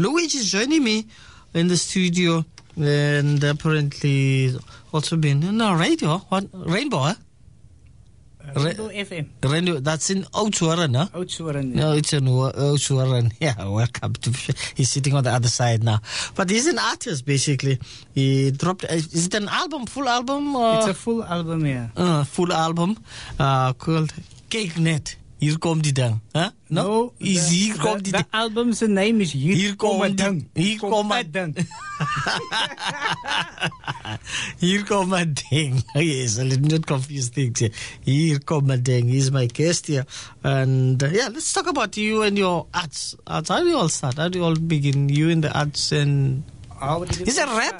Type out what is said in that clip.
Luigi's joining me in the studio and apparently he's also been in the radio. What? Rainbow, eh? Rainbow FM. Rainbow, that's in Outuaran, huh? Outsuran. No, it's in Wa- Outuaran. Yeah, welcome to. He's sitting on the other side now. But he's an artist, basically. He dropped. eh, Is it an album, full album? Or? It's a full album, yeah. uh, full album uh, called Cake Net. Hier komt die dan. Huh? No? Nou, Is the- hier komt the, die the dan. album's name is Hier, Hier Kom komen Het die- Ding. Hier komen- Het Ding. Hier komt mijn ding. Yes, I did not confuse things here. Hier komt mijn ding. He's my guest here. And uh, yeah, let's talk about you and your arts. arts. How do you all start? How do you all begin? You in the arts and... How did it He's a start? rapper.